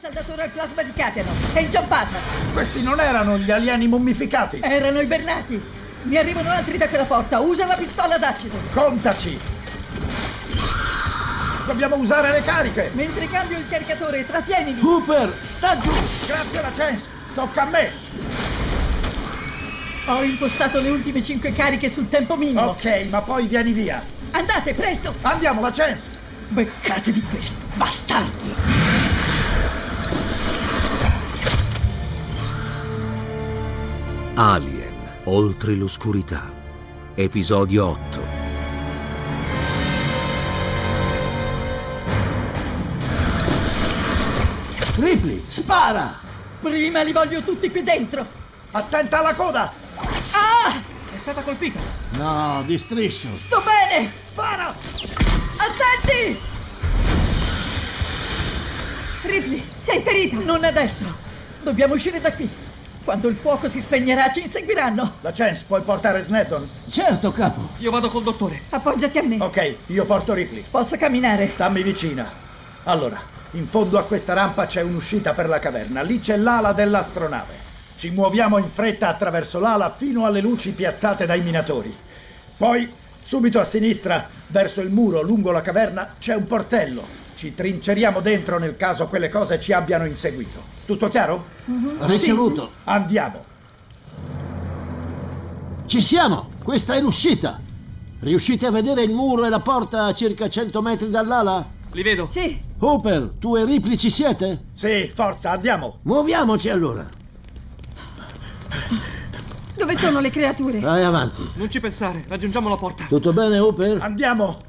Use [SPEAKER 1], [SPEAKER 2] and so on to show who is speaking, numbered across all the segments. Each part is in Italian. [SPEAKER 1] Saldatore al plasma di Casiano è inciampata.
[SPEAKER 2] Questi non erano gli alieni mummificati.
[SPEAKER 1] Erano i Bernati. Ne arrivano altri da quella porta. Usa la pistola d'acido.
[SPEAKER 2] Contaci. Dobbiamo usare le cariche.
[SPEAKER 1] Mentre cambio il caricatore, trattienili.
[SPEAKER 3] Cooper, sta giù!
[SPEAKER 2] Grazie alla chance. Tocca a me.
[SPEAKER 1] Ho impostato le ultime 5 cariche sul tempo minimo.
[SPEAKER 2] Ok, ma poi vieni via.
[SPEAKER 1] Andate, presto.
[SPEAKER 2] Andiamo, la chance.
[SPEAKER 1] Beccatevi questo, bastardi.
[SPEAKER 4] Alien, oltre l'oscurità. Episodio 8.
[SPEAKER 3] Ripley, spara!
[SPEAKER 1] Prima li voglio tutti qui dentro.
[SPEAKER 2] Attenta alla coda.
[SPEAKER 1] Ah! È stata colpita.
[SPEAKER 3] No, di striscio.
[SPEAKER 1] Sto bene.
[SPEAKER 2] Spara.
[SPEAKER 1] Attenti! Ripley, sei ferita. Non adesso. Dobbiamo uscire da qui. Quando il fuoco si spegnerà, ci inseguiranno.
[SPEAKER 2] La chance, puoi portare Snedon.
[SPEAKER 3] Certo, capo.
[SPEAKER 5] Io vado col dottore.
[SPEAKER 1] Appoggiati a me.
[SPEAKER 2] Ok, io porto Ripley.
[SPEAKER 1] Posso camminare?
[SPEAKER 2] Stammi vicina. Allora, in fondo a questa rampa c'è un'uscita per la caverna. Lì c'è l'ala dell'astronave. Ci muoviamo in fretta attraverso l'ala fino alle luci piazzate dai minatori. Poi, subito a sinistra, verso il muro lungo la caverna, c'è un portello. Ci trinceriamo dentro nel caso quelle cose ci abbiano inseguito. Tutto chiaro?
[SPEAKER 3] Ricevuto.
[SPEAKER 2] Andiamo.
[SPEAKER 3] Ci siamo. Questa è l'uscita. Riuscite a vedere il muro e la porta a circa 100 metri dall'ala?
[SPEAKER 5] Li vedo.
[SPEAKER 1] Sì.
[SPEAKER 3] Hooper, tu e Ripley ci siete?
[SPEAKER 2] Sì, forza, andiamo.
[SPEAKER 3] Muoviamoci allora.
[SPEAKER 1] Dove sono le creature?
[SPEAKER 3] Vai avanti.
[SPEAKER 5] Non ci pensare, raggiungiamo la porta.
[SPEAKER 3] Tutto bene, Hooper?
[SPEAKER 2] Andiamo.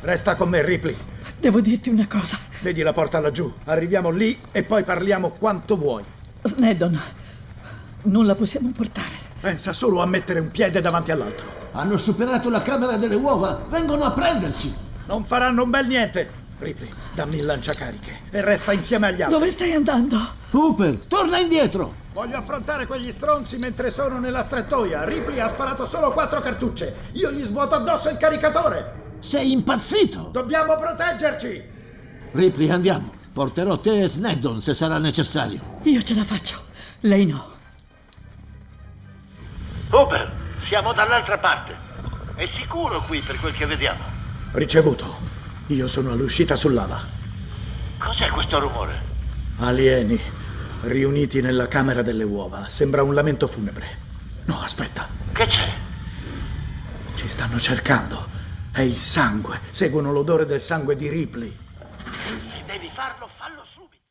[SPEAKER 2] Resta con me, Ripley.
[SPEAKER 1] Devo dirti una cosa.
[SPEAKER 2] Vedi la porta laggiù. Arriviamo lì e poi parliamo quanto vuoi.
[SPEAKER 1] Sneddon, non la possiamo portare.
[SPEAKER 2] Pensa solo a mettere un piede davanti all'altro.
[SPEAKER 3] Hanno superato la camera delle uova. Vengono a prenderci.
[SPEAKER 2] Non faranno un bel niente. Ripley, dammi il lanciacariche e resta insieme agli altri.
[SPEAKER 1] Dove stai andando?
[SPEAKER 3] Hooper, torna indietro.
[SPEAKER 2] Voglio affrontare quegli stronzi mentre sono nella strettoia. Ripley ha sparato solo quattro cartucce. Io gli svuoto addosso il caricatore.
[SPEAKER 3] Sei impazzito.
[SPEAKER 2] Dobbiamo proteggerci.
[SPEAKER 3] Ripley, andiamo. Porterò te e Sneddon se sarà necessario.
[SPEAKER 1] Io ce la faccio. Lei no.
[SPEAKER 6] Hooper, siamo dall'altra parte. È sicuro qui per quel che vediamo.
[SPEAKER 2] Ricevuto. Io sono all'uscita sull'ala.
[SPEAKER 6] Cos'è questo rumore?
[SPEAKER 2] Alieni riuniti nella camera delle uova. Sembra un lamento funebre. No, aspetta.
[SPEAKER 6] Che c'è?
[SPEAKER 2] Ci stanno cercando. È il sangue. Seguono l'odore del sangue di Ripley.
[SPEAKER 6] Se devi farlo, fallo subito.